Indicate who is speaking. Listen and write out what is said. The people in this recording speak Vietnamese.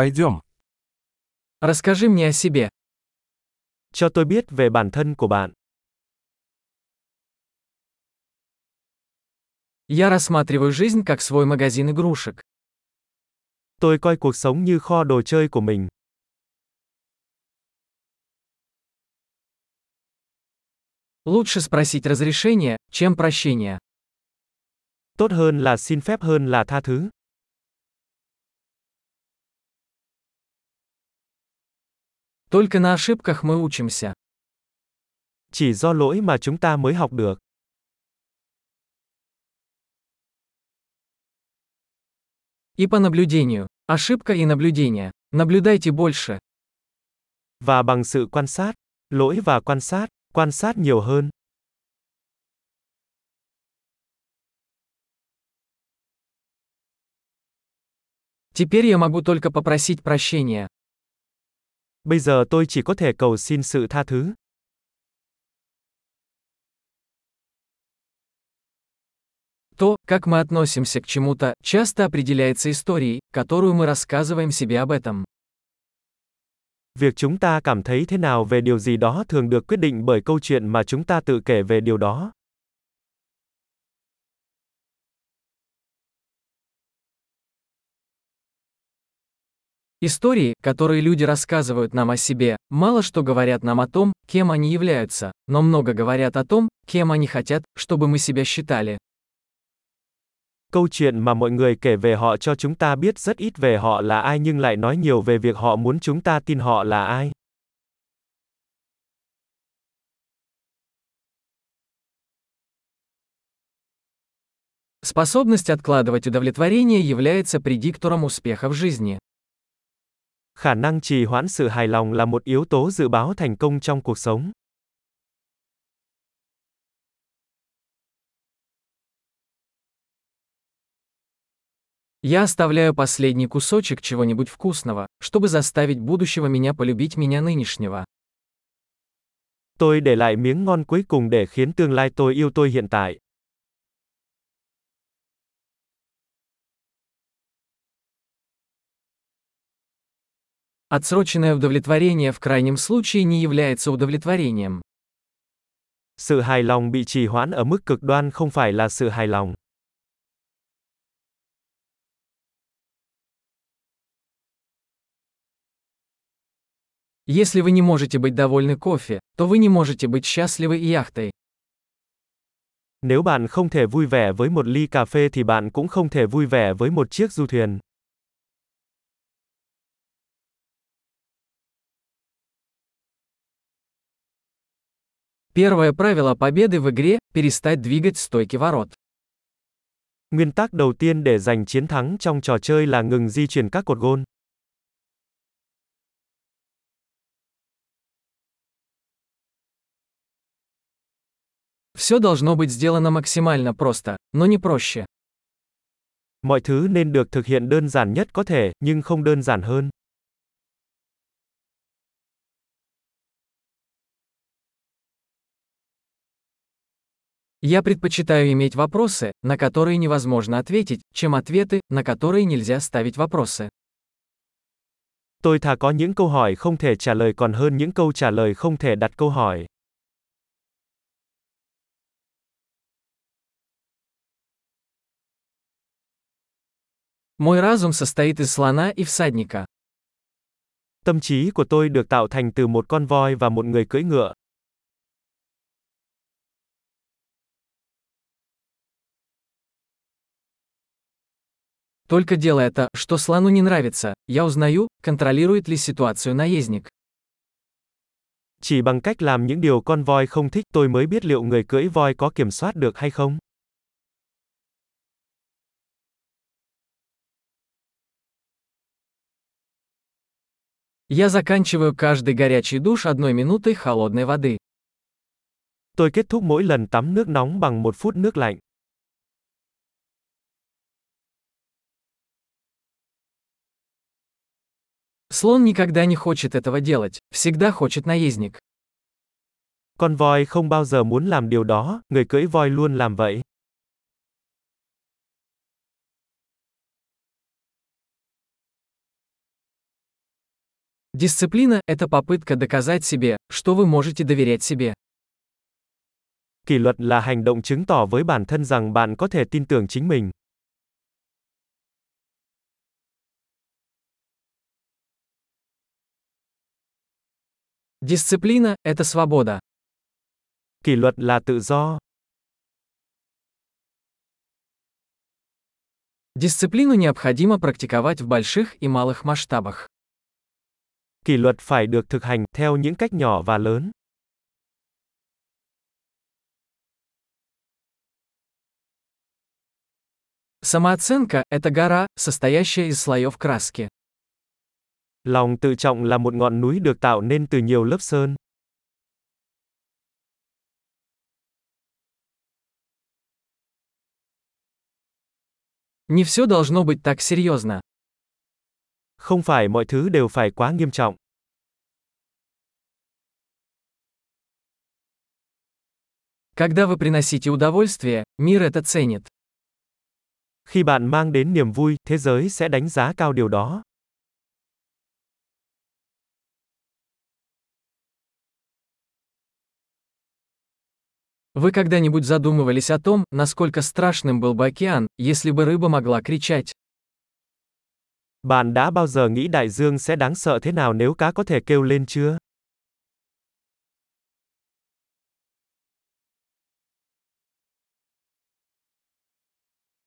Speaker 1: Пойдем.
Speaker 2: Расскажи мне о себе.
Speaker 3: Cho tôi biết về bản thân của bạn.
Speaker 2: Я рассматриваю жизнь как свой магазин игрушек.
Speaker 3: Tôi coi cuộc sống như kho đồ chơi của mình.
Speaker 2: Лучше спросить разрешение, чем прощение.
Speaker 3: Tốt hơn là xin phép hơn là tha thứ.
Speaker 2: Только на ошибках мы учимся.
Speaker 3: Chỉ do lỗi mà chúng ta mới học được.
Speaker 2: И по наблюдению. Ошибка и наблюдение. Наблюдайте больше.
Speaker 3: Và bằng sự quan sát, lỗi và quan sát, quan sát nhiều hơn.
Speaker 2: Теперь я могу только попросить прощения.
Speaker 3: Bây giờ tôi chỉ có thể cầu xin sự tha thứ.
Speaker 2: То, как мы относимся к чему-то, часто определяется историей, которую мы рассказываем себе об этом.
Speaker 3: Việc chúng ta cảm thấy thế nào về điều gì đó thường được quyết định bởi câu chuyện mà chúng ta tự kể về điều đó.
Speaker 2: Истории, которые люди рассказывают нам о себе, мало что говорят нам о том, кем они являются, но много говорят о том, кем они хотят, чтобы мы себя считали.
Speaker 3: Câu chuyện mà mọi người kể về họ cho chúng ta biết rất ít về họ là ai nhưng lại nói nhiều về việc họ muốn chúng ta tin họ là ai.
Speaker 2: Способность откладывать удовлетворение является предиктором успеха в жизни.
Speaker 3: Khả năng trì hoãn sự hài lòng là một yếu tố dự báo thành công trong cuộc sống.
Speaker 2: Я оставляю последний кусочек чего-нибудь вкусного, чтобы заставить будущего меня полюбить меня нынешнего.
Speaker 3: Tôi để lại miếng ngon cuối cùng để khiến tương lai tôi yêu tôi hiện tại.
Speaker 2: Отсроченное удовлетворение в крайнем случае не является удовлетворением.
Speaker 3: Sự hài lòng bị trì hoãn ở mức cực đoan không phải là sự hài lòng.
Speaker 2: Если вы не можете быть довольны кофе, то вы не можете быть счастливы и яхтой.
Speaker 3: Nếu bạn không thể vui vẻ với một ly cà phê thì bạn cũng không thể vui vẻ với một chiếc du thuyền.
Speaker 2: Первое правило победы в игре – перестать двигать стойки ворот.
Speaker 3: Nguyên tắc đầu tiên để giành chiến thắng trong trò chơi là ngừng di chuyển các cột gôn.
Speaker 2: Все должно быть сделано максимально просто, но не проще.
Speaker 3: Mọi thứ nên được thực hiện đơn giản nhất có thể, nhưng không đơn giản hơn.
Speaker 2: Я предпочитаю иметь вопросы, на которые невозможно ответить, чем ответы, на которые нельзя ставить вопросы.
Speaker 3: Tôi thà có những câu hỏi không thể trả lời còn hơn những câu trả lời không thể đặt câu hỏi.
Speaker 2: Мой разум состоит из слона и всадника.
Speaker 3: Tâm trí của tôi được tạo thành từ một con voi và một người cưỡi ngựa.
Speaker 2: Только делая то, что слону не нравится, я узнаю, контролирует ли ситуацию наездник.
Speaker 3: Chỉ bằng cách làm những điều con voi không thích tôi mới biết liệu người cưỡi voi có kiểm soát được hay không.
Speaker 2: Я заканчиваю каждый горячий душ одной минутой холодной воды.
Speaker 3: Tôi kết thúc mỗi lần tắm nước nóng bằng một phút nước lạnh.
Speaker 2: Слон никогда не хочет этого делать, всегда хочет наездник.
Speaker 3: Con voi không bao giờ muốn làm điều đó, người cưỡi voi luôn làm vậy.
Speaker 2: Дисциплина – это попытка доказать себе, что вы можете доверять себе.
Speaker 3: Kỷ luật là hành động chứng tỏ với bản thân rằng bạn có thể tin tưởng chính mình.
Speaker 2: Дисциплина – это свобода.
Speaker 3: Kỷ luật là tự do.
Speaker 2: Дисциплину необходимо практиковать в больших и малых масштабах.
Speaker 3: Kỷ luật phải được thực hành theo những cách nhỏ và lớn.
Speaker 2: Самооценка – это гора, состоящая из слоев краски.
Speaker 3: Lòng tự trọng là một ngọn núi được tạo nên từ nhiều lớp sơn.
Speaker 2: Не все должно быть так серьезно.
Speaker 3: Không phải mọi thứ đều phải quá nghiêm trọng.
Speaker 2: Когда вы приносите удовольствие, мир это ценит.
Speaker 3: Khi bạn mang đến niềm vui, thế giới sẽ đánh giá cao điều đó.
Speaker 2: Вы когда-нибудь задумывались о том, насколько страшным был бы океан, если бы рыба могла кричать?
Speaker 3: Bạn đã bao giờ nghĩ đại dương sẽ đáng sợ thế nào nếu cá có thể kêu lên chưa?